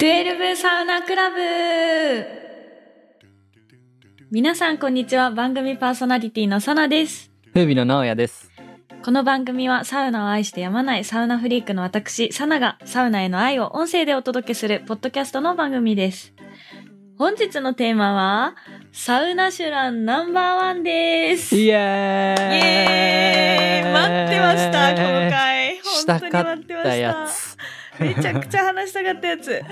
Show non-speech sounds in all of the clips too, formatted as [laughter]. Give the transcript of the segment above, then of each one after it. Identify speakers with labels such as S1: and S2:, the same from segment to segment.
S1: 12サウナクラブ皆さんこんにちは番組パーソナリティのサナです
S2: 風味の直哉です。
S1: この番組はサウナを愛してやまないサウナフリークの私サナがサウナへの愛を音声でお届けするポッドキャストの番組です本日のテーマはサウナシュランナンバーワンです
S2: イエーイ
S1: イエーイ待ってましたこの回
S2: した
S1: 本当に
S2: か
S1: 待
S2: っ
S1: ってま
S2: たや
S1: した
S2: つ。
S1: めちゃくちゃ話したかったやつ
S2: い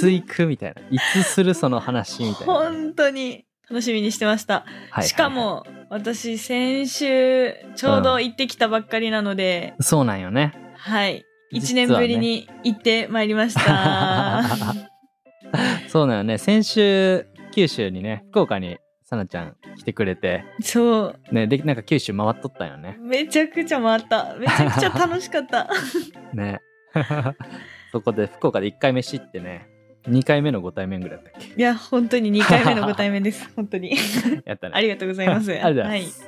S2: つ行くみ
S1: [laughs]
S2: たいな。いつするその話みたいな。
S1: 本当に楽しみにしてました、
S2: はい
S1: しか。も私先週ちょうど行ってきたばっかりなので、
S2: そうなんよね。
S1: はい1
S2: 実はね
S1: 年ぶりに行ってまいりました
S2: [laughs] そうなんよね。先週、九州にね、福岡にさなちゃん来てくれて、
S1: そう
S2: ね、で、なんか九州回っとったよね。
S1: めちゃくちゃ回っためちゃくちゃ楽しかった
S2: [laughs]
S1: [laughs]
S2: ね。そこで福岡で1回飯行ってね、2回目のご対面ぐらいだったっけ
S1: いや本当に2回目のご対面です本当に
S2: やったね。
S1: ありがとうございます
S2: ありがとうございます。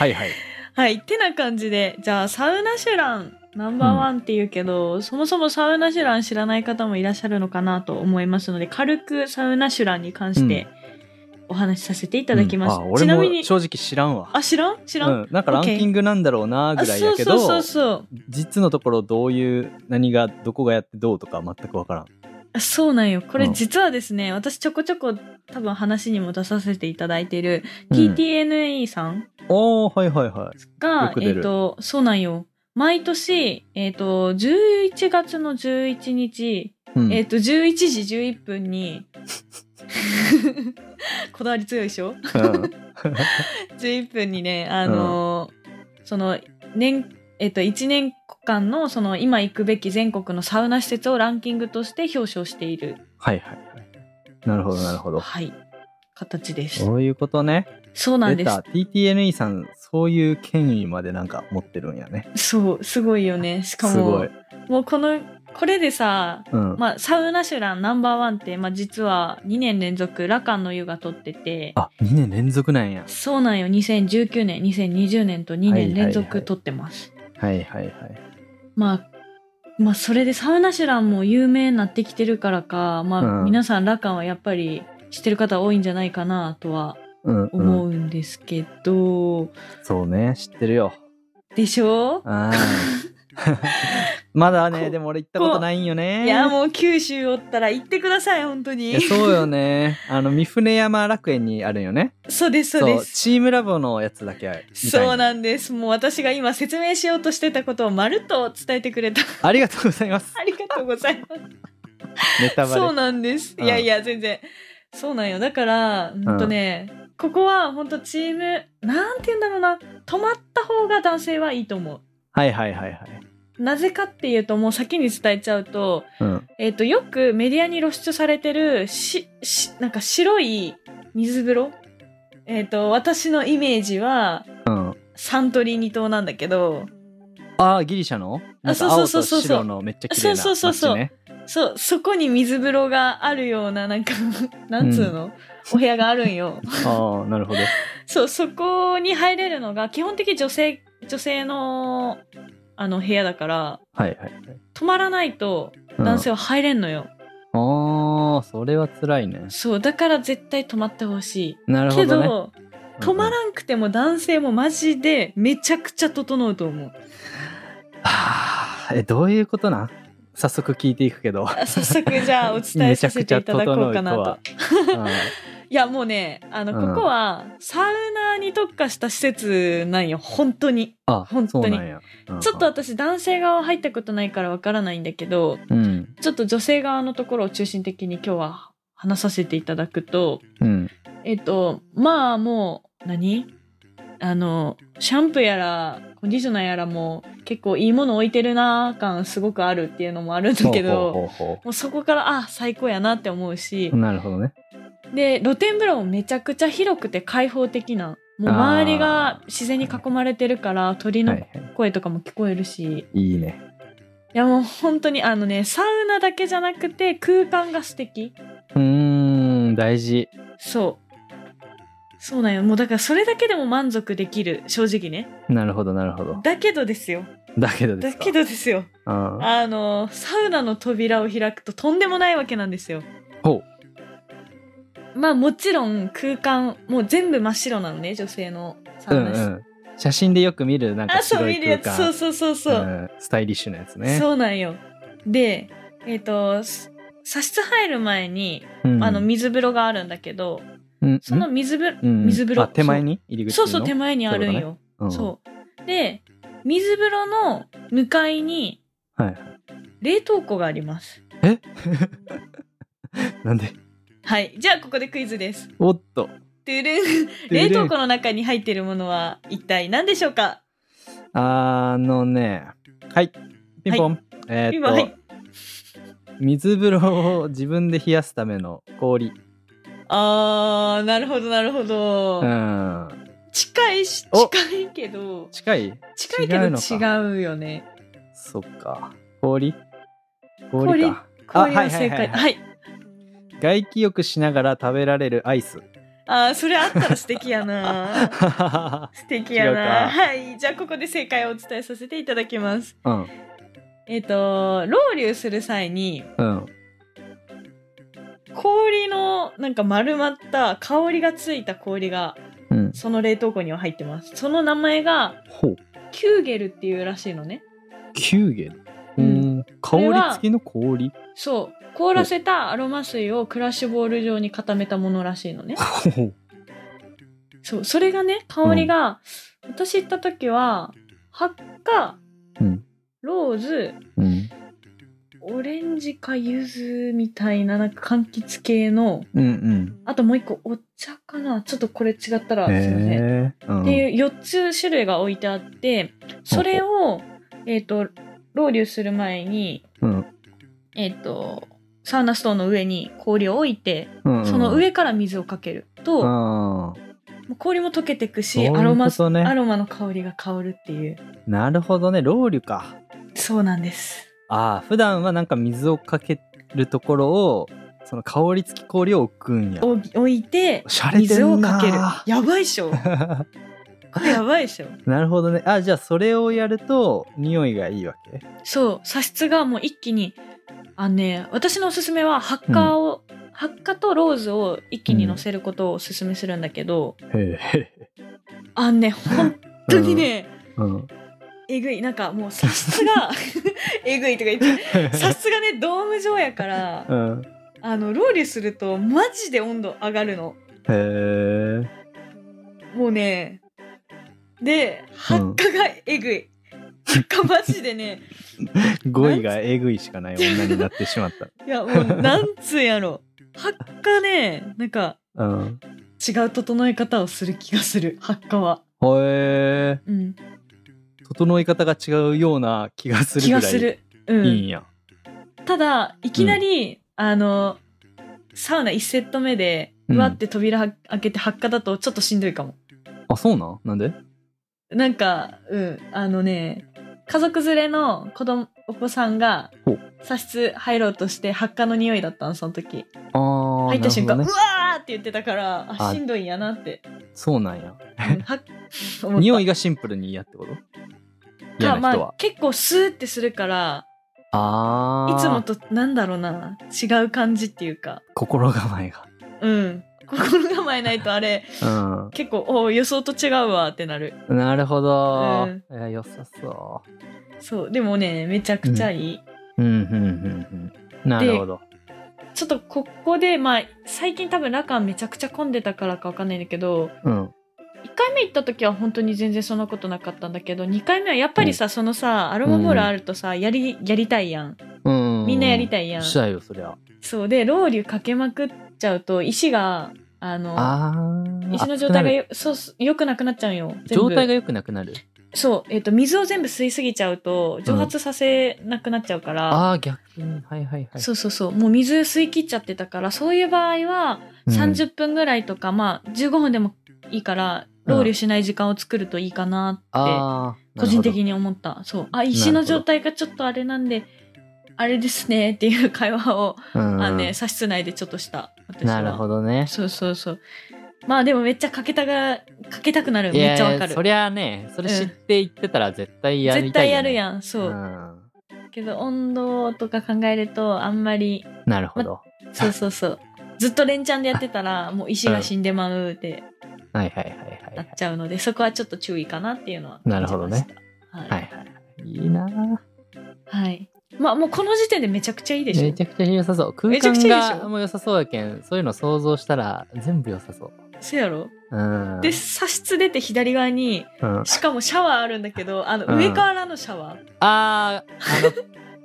S2: はい、はい、
S1: はい、はい、てな感じでじゃあサウナシュランナンバーワンっていうけど、そもそもサウナシュラン知らない方もいらっしゃるのかなと思いますので軽くサウナシュランに関してお話しさせていただきます、
S2: うんあ俺
S1: ちな
S2: も
S1: みに
S2: 正直知らんわ。
S1: あ知らん知らん、
S2: うん、なんかランキングなんだろうな
S1: あ
S2: ぐらいやけ
S1: そ
S2: ど
S1: うそうそうそう
S2: 実のところどういう何がどこがやってどうとか全くわからん
S1: あそうなんよこれ
S2: うん
S1: 実はですね、私ちょこちょこ多分話にも出させていただいている
S2: うん
S1: TTNE さん
S2: おーはいはいはいよ
S1: が、
S2: く
S1: え
S2: 出
S1: っ、
S2: る
S1: と、そうなんよ。毎年、えっ、と、11月の11日、
S2: うん
S1: えっ、と、11時11分に、 [laughs] こだわり強いでしょ [laughs] ?11 分にね、あのーその、年、えっ、と、1年間の、その、今行くべき全国のサウナ施設をランキングとして表彰している、
S2: はいはいなるほどなるほど
S1: はい、形です
S2: そ。ういうことね
S1: そうなん
S2: 出
S1: です
S2: た。TTNE さんそういう権威までなんか持ってるんやね
S1: そう、すごいよね。しか
S2: すご
S1: も
S2: い、、
S1: もうこの、これでさ、
S2: うん
S1: まあ、サウナシュランナンバーワンって、まあ、実は2年連続ラカンの湯が取ってて
S2: あ2年連続なんや
S1: そうなんよ2019年2020年と2年連
S2: はいはいは
S1: 続
S2: い
S1: 取ってます、
S2: はいはいはい
S1: まあまあそれでサウナシュランも有名になってきてるからか、まあ
S2: うん
S1: 皆さんラカンはやっぱり知ってる方多いんじゃないかなとは
S2: うん、う
S1: 思
S2: ん、
S1: うんですけど、
S2: そうね知ってるよ
S1: でしょ [laughs]
S2: あー [laughs] まだね
S1: こ
S2: でも俺行ったことないんよね
S1: いやもう九州おったら行ってください本当
S2: い
S1: に
S2: やそうよね。あの、三船山楽園にあるんよね。
S1: そうですそうです
S2: チームラボのやつだけ見たい
S1: そうなんです。もう私が今説明しようとしてたことをまるっと伝えてくれた。
S2: ありがとうございます。
S1: ありがとうございま
S2: ネタ
S1: す。
S2: バレ。
S1: そうなんです。
S2: うん
S1: いやいや、全然。そうなんよ。だから、うんとね、ここは本当チーム、なんて言うんだろうな、止まった方が男性はいいと思
S2: はいはいはいはい。
S1: う。なぜかっていうと、もう先に伝えちゃうと、
S2: うん。
S1: えっ、と、よくメディアに露出されてる、し、し、なんか白い水風呂えっ、と、私のイメージは、
S2: うん、
S1: サントリーニ島なんだけど、
S2: ああ、ギリシャのなんか
S1: そう
S2: 青
S1: そう
S2: と
S1: そうそう
S2: 白のめっちゃ綺麗な街、ね、
S1: そうそうそうそうそう、そこに水風呂があるような、なんか、 [laughs] なんつうの、お部屋があるんよ。
S2: ああ、なるほど。
S1: そう、そこに入れるのが、基本的に女性、女性の、あの、部屋だから、
S2: はいはい。
S1: 泊まらないと男性は入れんのよ。
S2: うん、ああ、それは辛いね。
S1: そう、だから絶対泊まってほし
S2: なる
S1: い。
S2: ほ
S1: け
S2: ど、ね。
S1: ど、泊ま
S2: ん。
S1: らんくても男性もマジでめちゃくちゃ整うと思う。
S2: ああ、え、どういうことなん早速聞いていくけど。
S1: あ早
S2: [laughs]
S1: 速じゃあお伝えさせていただこうかなと。
S2: めちゃくち
S1: [laughs]
S2: ゃ整うとは。
S1: いやもうね、あの、
S2: うん
S1: ここはサウナーに特化した施設なんよ、本当に。
S2: うんあ、
S1: 本当に
S2: そうなんや。うん
S1: ちょっと、私男性側は入ったことないからわからないんだけど、
S2: うん。
S1: ちょっと女性側のところを中心的に今日は話させていただくと、
S2: うん。
S1: えっと、まあもう、何あの、シャンプーやら、コンディショナーやらも結構いいもの置いてるなー感すごくあるっていうのもあるんだけど、
S2: ほうほうほうほ
S1: もうそこから、あ、最高やなって思うし
S2: う、なるほどね。
S1: で、露天風呂もめちゃくちゃ広くて開放的な、もう周りが自然に囲まれてるから鳥
S2: は
S1: の
S2: いは
S1: 声とかも聞こえるし、
S2: い。いいね。
S1: いやもう本当にあのねサウナだけじゃなくて空間が素敵
S2: うーん、大事。
S1: そうそうなんよもうだからそれだけでも満足できる正直ね
S2: なるほど、なるほど。
S1: だけどですよ
S2: だけどで
S1: だ
S2: すか
S1: けどですよ
S2: うん、
S1: あのサウナの扉を開くととんでもないわけなんですよ
S2: ほ
S1: まあもちろん空間もう全部真っ白なのね女性のサ
S2: う、う
S1: ウナ
S2: んう
S1: 室、
S2: ん、写真でよく見るなんか
S1: あそう
S2: 白い
S1: 見るや
S2: 空
S1: つ
S2: 間
S1: そうそうそうそう、
S2: んスタイリッシュなやつね
S1: そうなんよでえっ、とす茶室入る前に、
S2: うん
S1: あの水風呂があるんだけど
S2: うん
S1: その水風呂、
S2: うん
S1: 水風呂
S2: あ手前
S1: に
S2: に入り口
S1: そうそう
S2: の
S1: 手前にあるん
S2: そういう
S1: よ
S2: うん
S1: そうで水風呂の向かいに
S2: はい
S1: 冷凍庫があります
S2: なんで
S1: はいじゃあここでクイズです
S2: おっと
S1: てれん冷凍庫の中に入ってるものは一体何でしょうか
S2: あのねはいピンポン、えーっ
S1: 今
S2: と、
S1: はい
S2: 水風呂を自分で冷やすための氷
S1: あーなるほどなるほど、
S2: うん
S1: 近いし
S2: お
S1: 近いけど
S2: 近い
S1: 近いけど
S2: 違うのか
S1: 違うよね
S2: そっか氷氷かあ
S1: これが正
S2: はいはいは
S1: 解
S2: いはい
S1: はい
S2: 外気浴しながら食べられるアイス
S1: あーそれあったら素敵や
S2: [laughs]
S1: な素敵や
S2: 違う
S1: な
S2: か
S1: はいじゃあここで正解をお伝えさせていただきます
S2: うん
S1: えっ、とロウリュする際に
S2: うん
S1: 氷のなんか丸まった香りがついた氷が
S2: うん
S1: その冷凍庫には入ってますその名前が
S2: ほう
S1: キューゲルっていうらしいのね
S2: キューゲルう
S1: うん
S2: ん香り
S1: これは
S2: 付きの氷
S1: そう凍らせたアロマ水をクラッシュボール状に固めたものらしいのね
S2: ほう
S1: そうそれがね香りが、私行った時はハッカ
S2: うん
S1: ローズ
S2: うん
S1: オレンジか柚子みたいななんか柑橘系の
S2: うん
S1: あともう一個お茶かなちょっとこれ違ったら
S2: うん
S1: すいません、
S2: へえ
S1: っていう4つ種類が置いてあってそれをえっ、とロウリュする前に
S2: うん
S1: えっ、とサウナストーンの上に氷を置いて
S2: うん
S1: その上から水をかけると、も
S2: あー
S1: う氷も溶けてく
S2: そ
S1: し
S2: ういう
S1: アロマ
S2: ことね
S1: アロマの香りが香るっていう
S2: なるほどねロウリュか
S1: そうなんです
S2: ああ普段はなんか水をかけるところをその香り付き氷を置くんや
S1: お置いて
S2: おしゃれて
S1: 水を
S2: んな
S1: かけるやばいっし
S2: [laughs]
S1: ょこれやばいっしょ
S2: なるほどねあじゃあそれをやると匂いがいいわけ
S1: そう茶室がもう一気にあのね私のおすすめはハッカーを、ハッカとローズを一気に乗せることをおすすめするんだけど、
S2: へえ [laughs]
S1: あのね本当にね、
S2: うん
S1: えぐいなんかもう茶室
S2: [laughs]
S1: がえぐいとか言って茶室がねドーム状やから
S2: [laughs] うんへ
S1: あのロウリュするとマジで温度上がるの
S2: え
S1: もうねでハッカがえぐい、ハッカマジでね
S2: 語彙がえぐいしかない女になってしまっ
S1: いやもうなんつうんやろハッカねなんか
S2: たうん
S1: 違う整え方をする気がす
S2: [laughs]
S1: るハッカは、
S2: へえ
S1: うん、
S2: 整い方が違うような気がする
S1: 気
S2: ぐら
S1: が
S2: い
S1: する、うん
S2: いいんや
S1: ただいきなり、あのサウナ1セット目で
S2: うん
S1: うわって扉は開けてハッカだとちょっとしんどいかも
S2: あそうなんなんで
S1: なんかうんあのね家族連れの子供お子さんが
S2: ほう
S1: 茶室入ろうとしてハッカの匂いだったのその時
S2: あー
S1: 入った瞬間、
S2: なる
S1: う
S2: ほどね
S1: わーって言ってたからあ
S2: あ
S1: しんどいんやな
S2: [laughs]
S1: って
S2: そうなんや
S1: うんは思った
S2: 匂いがシンプルに嫌ってこと嫌
S1: か
S2: な
S1: ま
S2: 人
S1: あ
S2: は、
S1: 結構スーってするから
S2: ああ
S1: いつもとなんだろうな違う感じっていうか
S2: 心構えが
S1: うん心構えないとあれ結構おー予想と違うわってなる
S2: うんなるほど、
S1: うん
S2: いや良さそ
S1: そうでもねめちゃくちゃいい、
S2: ううんうんうんうんなるほど
S1: ちょっとここでまあ最近多分ラカンめちゃくちゃ混んでたからかわかんないんだけど
S2: うん
S1: 1回目行った時は本当に全然そんなことなかったんだけど2回目はやっぱりさ、そのさアロマボールあるとさ、やりやりたいやん
S2: うん
S1: みんなやり
S2: い
S1: たいやん、
S2: したいよそりゃ
S1: そうでロウリュかけまくっちゃうと石があの
S2: あー
S1: 石の状態が
S2: 熱
S1: よそうそう良くなくなっちゃうんよ
S2: くなる状
S1: 全部
S2: 態が良くなくなる
S1: そう、えっと水を全部吸いすぎちゃうと蒸発させなくなっちゃうから、
S2: ああー逆にはいはいはい
S1: そうそうそうもう水吸い切っちゃってたからそういう場合は
S2: うん
S1: 30分ぐらいとか、まあ15分でもいいからロウリュしない時間を作るといいかなっ
S2: あ
S1: て個人的
S2: に
S1: に思ったそうあ石の状態がちょっとあれなんであれですねっていう会話を、
S2: あ
S1: あのね、茶室内でちょっとした私は
S2: なるほどね
S1: そうそうそうまあでもめっちゃかけたが、かけたくなる。
S2: い
S1: め
S2: や
S1: っ
S2: い
S1: ちゃわ
S2: や
S1: かる
S2: そ。りゃあねそれ知って言ってたら絶対やり
S1: 絶
S2: たい
S1: 対
S2: よ
S1: や
S2: ね、
S1: るやん。そうう。
S2: ん
S1: けど温度とか考えると、あんまり、
S2: なるほど、
S1: そうそうそう。ずっと連チャンでやってたら、もう石が死んでまうって
S2: はいはいはいはい
S1: なっちゃうので、そこはちょっと注意かなっていうのは
S2: なるほどね
S1: 感じました。
S2: は
S1: はいい。
S2: いいなぁ
S1: はい。まあもうこの時点でめちゃくちゃいいでし
S2: め
S1: ょ
S2: ち。ゃくちゃ良さそう空
S1: めちゃ
S2: 間
S1: くちゃいいでしょ
S2: がもう良さそうやけんそういうの想像したら全部良さそう
S1: そうやろ
S2: うん
S1: で、差室出て左側に、
S2: うん、あ
S1: しかもシャワーあるんだけど、あの、
S2: うん
S1: 上からのシャワー。
S2: ーあの [laughs]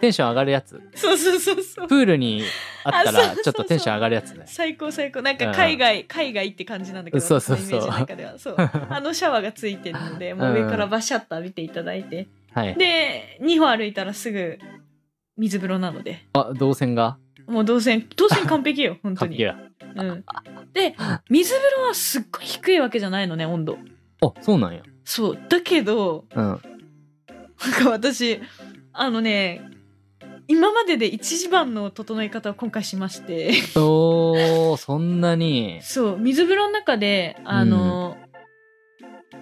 S2: テンション上がるやつ
S1: そうそうそうそう。
S2: プールにあった
S1: あそうそう
S2: ら
S1: そう
S2: ちょっとテンション上がるやつね
S1: 最高最高。なん
S2: う
S1: か
S2: ん
S1: 海外、海外って感じなんだけど、
S2: そうそう
S1: 私のイメージの中では。そう。あのシャワーがついてるので、もう上からバシャッと浴びていただいて。
S2: はい
S1: で、2歩歩いたらすぐ水風呂なので。
S2: あ動線が
S1: もう動線、動線完璧
S2: [laughs]
S1: よ、本当
S2: 完璧
S1: に。
S2: だ
S1: うん。で、水風呂はすっごい低いわけじゃないのね、温度。
S2: あそうなんや
S1: そう。だけど、
S2: うん
S1: なんか私、あのね、今までで一番の整え方を今回しまして、
S2: おーそんなに
S1: そう、水風呂の中で、あの、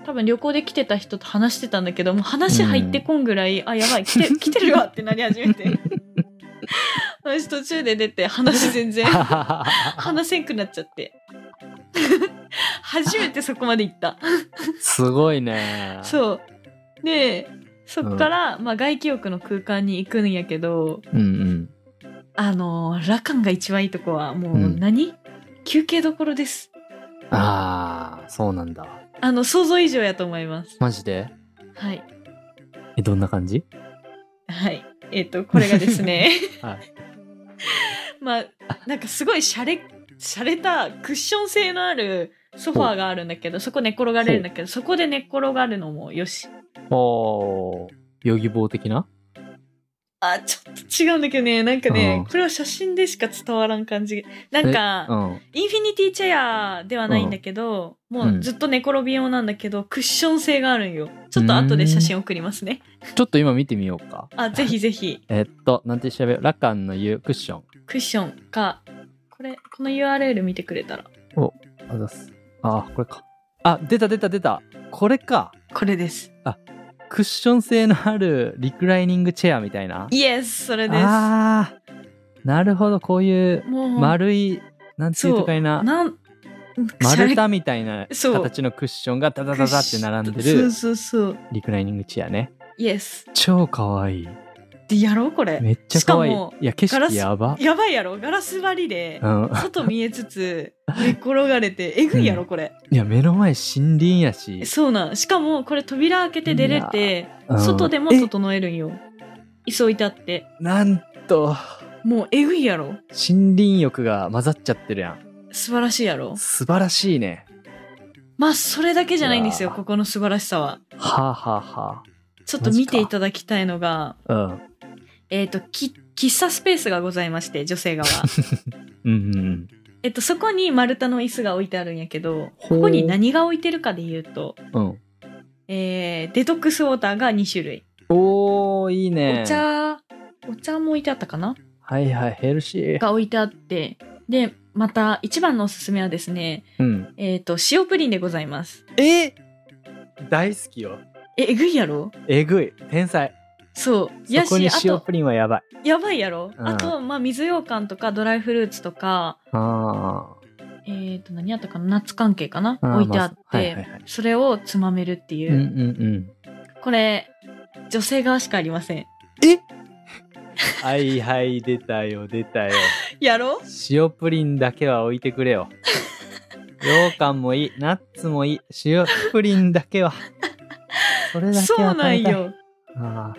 S1: 多分旅行で来てた人と話してたんだけど、もう話入ってこんぐらい、あ、やばい、来 [laughs] て、来てるわってなり始め [laughs] て。私途中で出て、話全 [laughs] 然、話せんくなっちゃ [laughs] って。初めてそこまで行った。
S2: [laughs]
S1: [laughs]
S2: すごいね
S1: そう。で、そっから、まあ外気浴の空間に行くんやけど、
S2: うんうん
S1: あのー、ラカンが一番いいとこは、もう
S2: うん
S1: 何、休憩どころです。
S2: ああそうなんだ
S1: あの、想像以上やと思います。
S2: マジで
S1: はい。
S2: えどんな感じ
S1: はい。えっ、と、これがですね、
S2: [laughs] はい
S1: [laughs] まあ、なんかすごい洒落、洒落たクッション性のあるソファーがあるんだけど、そこ寝っ転がれるんだけど、そこで寝っ転がるのもよし。
S2: おーヨギ棒的な
S1: あ、ちょっと違うんだけどね、なんかね、
S2: うん
S1: これは写真でしか伝わらん感じ。なんか、
S2: うん
S1: インフィニティチェアではないんだけど、もうずっと寝転び用なんだけど、クッション性があるんよ。ちょっと後で写真送りますね。
S2: ちょっと今見てみようか
S1: あ、ぜひぜひ、
S2: えっとなんて調べようラカンの言うクッション
S1: クッションか、これ、この URL 見てくれたら。
S2: あざっすあーこれかあ出た出た出たこれか
S1: これです。
S2: クッション性のあるリクライニングチェアみたいな
S1: イエスそれです。
S2: あーなるほどこういう
S1: もう、
S2: 丸いなんていうとかいな
S1: なん、
S2: 丸太みたいな
S1: そう
S2: 形のクッションがダダダダって並んで
S1: そ
S2: る
S1: うそうそう。
S2: リクライニングチェアね
S1: イエス
S2: 超かわいい
S1: で、やろうこれ。
S2: めっちゃかわいい
S1: しかも
S2: いや景
S1: ガラ
S2: 色
S1: ス
S2: やば
S1: やばいやろガラス張りで
S2: う、ん、
S1: 外見えつつ、寝っ転がれて、えぐいやろこれ。
S2: いや目の前森林やし、
S1: そうなん。しかも、これ扉開けて出れて、
S2: うん
S1: 外でも
S2: え
S1: 整えるんよ。椅子置いてあって。
S2: なんと
S1: もうえぐいやろ
S2: 森林浴が混ざっちゃってるやん
S1: 素晴らしいやろ
S2: 素晴らしいね
S1: まあ、それだけじゃないんですよ、
S2: うわ
S1: ここの素晴らしさは。
S2: はあ、はあは
S1: ちょっと見ていただきたいのが、
S2: あ、うん
S1: えっ、と、き、喫茶スペースがございまして、女性側。
S2: うんうんうん
S1: えっと、そこに丸太の椅子が置いてあるんやけど、
S2: ほう
S1: ここに何が置いてるかで言うと、
S2: うん
S1: えー、デトックスウォーターが2種類。
S2: おーいいね
S1: お茶、お茶も置いてあったかな
S2: はいはいヘルシー
S1: が置いてあって、で、また一番のおすすめはですね、
S2: うん
S1: えっ、と、塩プリンでございます。
S2: え大好きよ
S1: え、えぐいやろ
S2: えぐい天才
S1: そう。
S2: そこに
S1: あ
S2: 塩
S1: と、
S2: プリンはやばい
S1: やばいやろ、
S2: うん
S1: あと、まあ、水羊羹とかドライフルーツとか、
S2: あ
S1: えっ、と、何やったかなナッツ関係かな
S2: あー
S1: 置いてあって、
S2: まあはいはいはい
S1: それをつまめるってい
S2: ーうんう
S1: う。
S2: んうん
S1: これ、女性側しかありません。
S2: はいはい出たよ出たよ
S1: やろ
S2: 塩プリンだけは置いてく
S1: [laughs]
S2: れよ羊羹もいいナッツもいい塩プリンだけはそれだけは
S1: そうなんよ。
S2: あ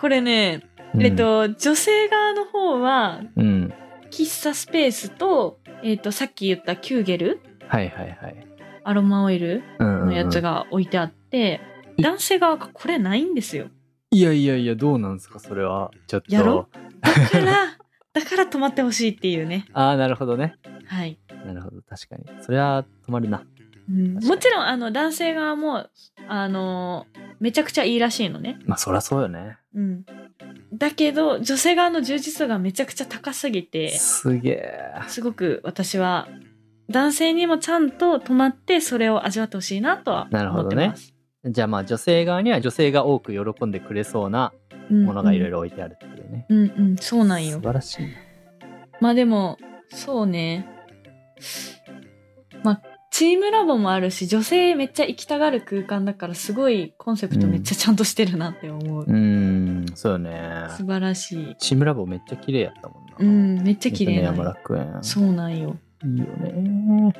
S1: これね、
S2: ー、うん
S1: えっと、女性側の方は、
S2: うん
S1: 喫茶スペースと、えっと、さっき言ったキューゲル
S2: はいはいはい
S1: アロマオイル
S2: うんうんうん
S1: のやつが置いてあって、
S2: え
S1: 男性側がこれないんですよ。
S2: いやいやいやどうなんですかそれはちょっと
S1: やろだ
S2: [laughs]
S1: から、だから泊まってほしいっていうね。
S2: ああなるほどね
S1: はい。
S2: なるほど確かにそれは止まるな
S1: うん
S2: 確かに
S1: もちろん、あの、男性側も、あの、めちゃくちゃいいらしいのね。
S2: まあそりゃそうよね
S1: うん。だけど、女性側の充実度がめちゃくちゃ高すぎて、
S2: すげえ
S1: すごく私は男性にもちゃんと泊まってそれを味わってほしいなとは
S2: なるほ
S1: 思っ
S2: ど
S1: て
S2: ね
S1: ます。
S2: じゃあまあ女性側には女性が多く喜んでくれそうな
S1: うん
S2: ものがいろいろ置いてあるっていうね。
S1: うんうん、そうなんよ
S2: 素。晴らしいね。
S1: まあでも、そうね。まあ、チームラボもあるし、女性めっちゃ行きたがる空間だから、すごいコンセプトめっちゃちゃんとしてるなって思う。
S2: うーん、そうよね。
S1: 素晴らしい。
S2: チームラボめっちゃ綺麗やったもんな。
S1: う、ん、めっちゃ綺麗な
S2: 山
S1: の。
S2: 楽園。
S1: そうなんよ。
S2: いいよね。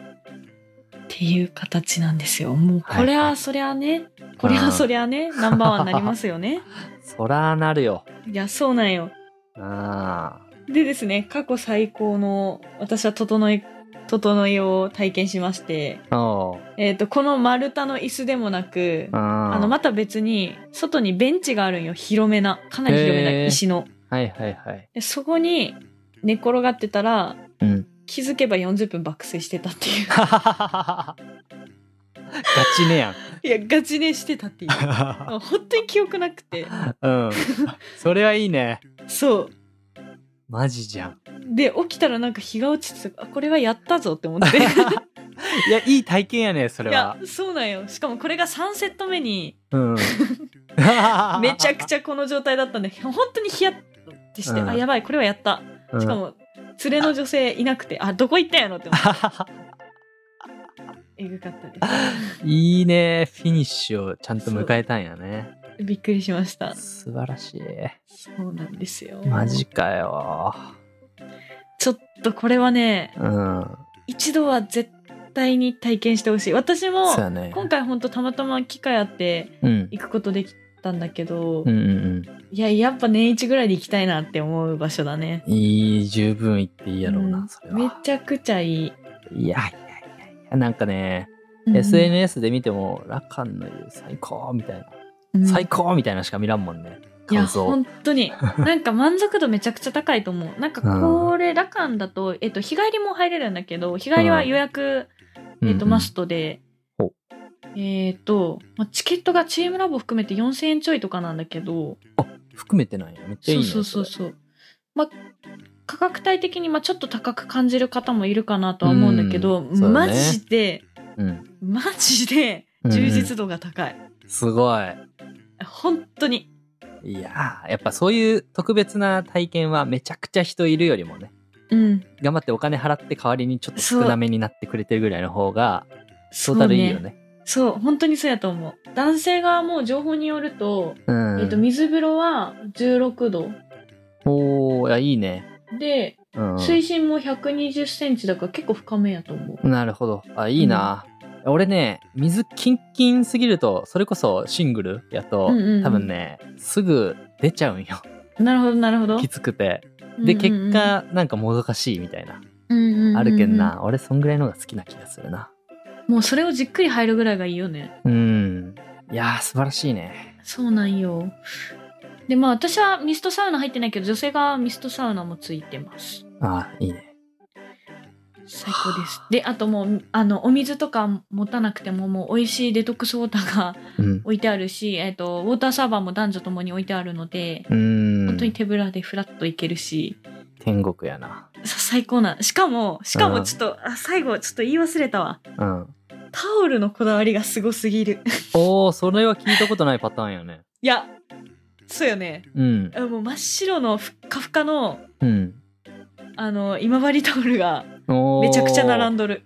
S1: っていう形なんですよ。もう、これ
S2: はいは
S1: はいそりゃね、これはそりゃ
S2: [laughs]
S1: ね、ナンバーワンになりますよね。
S2: そらなるよ。
S1: いや、そうなんよ。
S2: あ
S1: でですね、過去最高の、私は整い、整いを体験しまして、
S2: あ。おう
S1: えっ、と、この丸太の椅子でもなく、
S2: あ
S1: あの、
S2: ま、
S1: また別に、外にベンチがあるんよ。広めな。かなり広め
S2: へ
S1: な
S2: ー
S1: 石の。
S2: はいはいはい。
S1: でそこに寝転がってたら、
S2: うん。 [laughs]
S1: 気づけば40分爆睡してたっていう。
S2: ガチね [laughs] やん。
S1: いや、ガチ寝してた
S2: [laughs]
S1: っていう。あ本当に記憶なくて。
S2: うん。それはいいね。
S1: そう。
S2: マジじゃん。
S1: で、起きたらなんか日が落ちてた。あ、これはやったぞって思
S2: [laughs]
S1: って。
S2: いや、いい体験やね、それ
S1: いや
S2: は。、
S1: そうなんよ。しかもこれが3セット目に、
S2: うん。
S1: [laughs] めちゃく
S2: ち
S1: ちゃこの状態だったんで、本当にヒヤッてして、
S2: うん
S1: あ、やばい、これはやった。
S2: ゃ
S1: しかも、連れの女性いなくて、あ、どこ行ったんやろって思って。えぐかったで
S2: [laughs] いいね。フィニッシュをちゃんと迎えたんやね。
S1: す。びっくりしました。
S2: 素晴らしい。
S1: そうなんですよ。
S2: マジかよ。
S1: ちょっとこれはね、
S2: うん。
S1: 一度は絶対に体験してほしい。私も
S2: そう、やね。
S1: 今回ほんとたまたま機会あって
S2: うん。
S1: 行くことできたんだけど、
S2: うんうん
S1: いや、やっぱ年一ぐらいで行きたいなって思う場所だね。
S2: うん。いい、十分行っていいやろうな、
S1: ん
S2: それ
S1: め
S2: は。
S1: ちゃくちゃいい。
S2: いやいやいやいや、なんかね、
S1: うん
S2: SNS で見ても、ラカンの湯最高みたいな、
S1: うん
S2: 最高みたいなしか見らんもんね。
S1: いや
S2: 感想。
S1: 本当になんか満足度めちゃくちゃ高いと思うなんかこれ羅漢だと、えっと、日帰りも入れるんだけど日帰りは予約、えっと、マス
S2: ト。
S1: トで、
S2: ほ
S1: えっと、まあチケットがチームラボ含めて4000円ちょいとかなんだけど
S2: 含めてないや。めっちゃいい
S1: そう
S2: ね。
S1: そうそう
S2: れ
S1: そうまあ価格帯的にまあちょっと高く感じる方もいるかなとは思うんだけど、
S2: うんそうだ
S1: マ
S2: ね
S1: ジで
S2: うん。
S1: マジで充実度が高い、
S2: すごい。
S1: 本当に
S2: いやーやっぱそういう特別な体験はめちゃくちゃ人いるよりもね
S1: うん
S2: 頑張ってお金払って代わりにちょっと少なめになってくれてるぐらいの方が
S1: そ
S2: トータルいいよね
S1: そう、本当にそうやと思う。男性側も情報によると、
S2: うん、
S1: えっと、水風呂は16度。
S2: おーいやいいね、
S1: で、
S2: うん、
S1: 水深も120センチだから結構深めやと思う。
S2: なるほどあいいな、俺ね水キンキンすぎるとそれこそシングルやと、
S1: うんうんうん
S2: 多分ねすぐ出ちゃうんよ
S1: なるほど、なるほど。
S2: きつくて
S1: うん
S2: で結、果なんかもどかしいみたいな、
S1: うんうんうんうん
S2: あるけんな。俺そんぐらいのが好きな気がするな
S1: もうそれをじっくり入るぐらいがいいよね。
S2: うんいやー素晴らしいね
S1: そうなんよ。で、まあ私はミストサウナ入ってないけど、女性がミストサウナもついてます。
S2: あーいいね
S1: 最高です。で、あともう、あの、お水とか持たなくても、もう美味しいデトックスウォーターが
S2: うん
S1: 置いてあるし、えっ、と、ウォーターサーバーも男女ともに置いてあるので、
S2: うーん
S1: 本当に手ぶらでフラッといけるし、
S2: 天国やな。
S1: さ最高な。しかも、しか
S2: う
S1: も
S2: ん
S1: ちょっと、あ、最後、ちょっと言い忘れたわ。
S2: うん。
S1: タオルのこだわりがすごすぎる。 [laughs]
S2: おお、それは聞いたことないパターンよね。
S1: いや、そうよね。
S2: うん。
S1: あもう真っ白のふっかふかの、
S2: うん。
S1: あの、今治タオルが
S2: お
S1: めちゃくちゃ並ん
S2: で
S1: どる。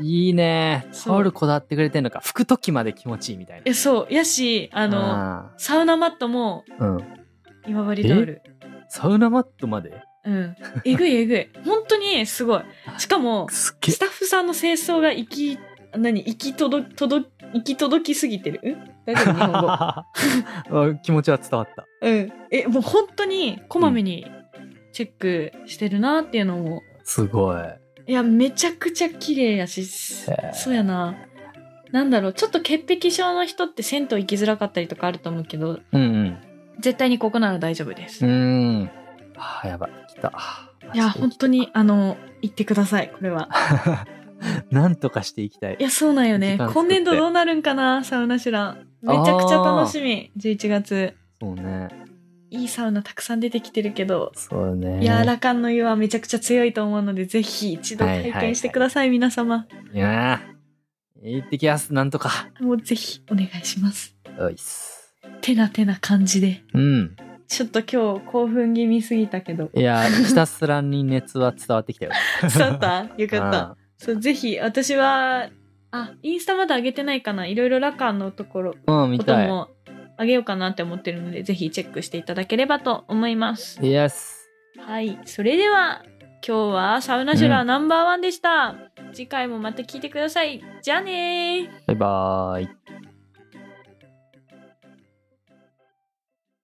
S2: いいね。
S1: そう
S2: タオルこだわってくれてんのか。拭くときまで気持ちいいみたいな。
S1: え、そう。やし、あの、
S2: あ
S1: サウナマットも
S2: ーうん。
S1: 今治タオル。
S2: サウナマットまで
S1: うん。えぐいえぐい。本当にすごい。しかも、
S2: すっげ
S1: スタッフさんの清掃が行き、何、行き届、届、行き届きすぎてる。ん大丈夫日本語。
S2: [laughs] え。 [laughs] 気持ちは伝わった。
S1: うん。え、もう本当にこまめにチェックしてるなっていうのも。
S2: すごい。
S1: いや、めちゃくちゃ綺麗やし、
S2: ー
S1: そうやな。なんだろう、ちょっと潔癖症の人って銭湯行きづらかったりとかあると思うけど、
S2: うん
S1: 絶対にここなら大丈夫で
S2: うん。う
S1: す。
S2: ーん。あーやばい。来た。
S1: いや、本当に、あの、行ってください、これは。
S2: [laughs] なんとかしていきたい
S1: い。や、そうなんよね
S2: 時間。作
S1: 今
S2: って
S1: 年度どうなるんかな、サウナシュラン。めちゃくちゃ楽しみ、11月。
S2: そうね。
S1: いいサウナたくさん出てきてるけど、
S2: そうね。
S1: いやー、ラカンの湯はめちゃくちゃ強いと思うので、ぜひ一度体験してください、皆様。
S2: いやー行ってきやす、なんとか。
S1: もうぜひお願いします。
S2: おいっす。
S1: てなてな感じで。
S2: うん。
S1: ちょっと今日興奮気味すぎたけ
S2: [laughs]。
S1: ど
S2: いやーひたすらに熱は伝わってきたよ。
S1: 伝わった [laughs] よかった。
S2: う
S1: そう、ぜひ、私は、あ、インスタまだ上げてないかな。いろいろラカンのところ、
S2: んうん、見
S1: こと
S2: たい。
S1: もあげようかなって思ってるので、ぜひチェックしていただければと思います。
S2: イエス。
S1: はい、それでは、今日はサウナシュラーナンバーワンでした。次回もまた聞いてください。じゃあねー。
S2: バイバーイ。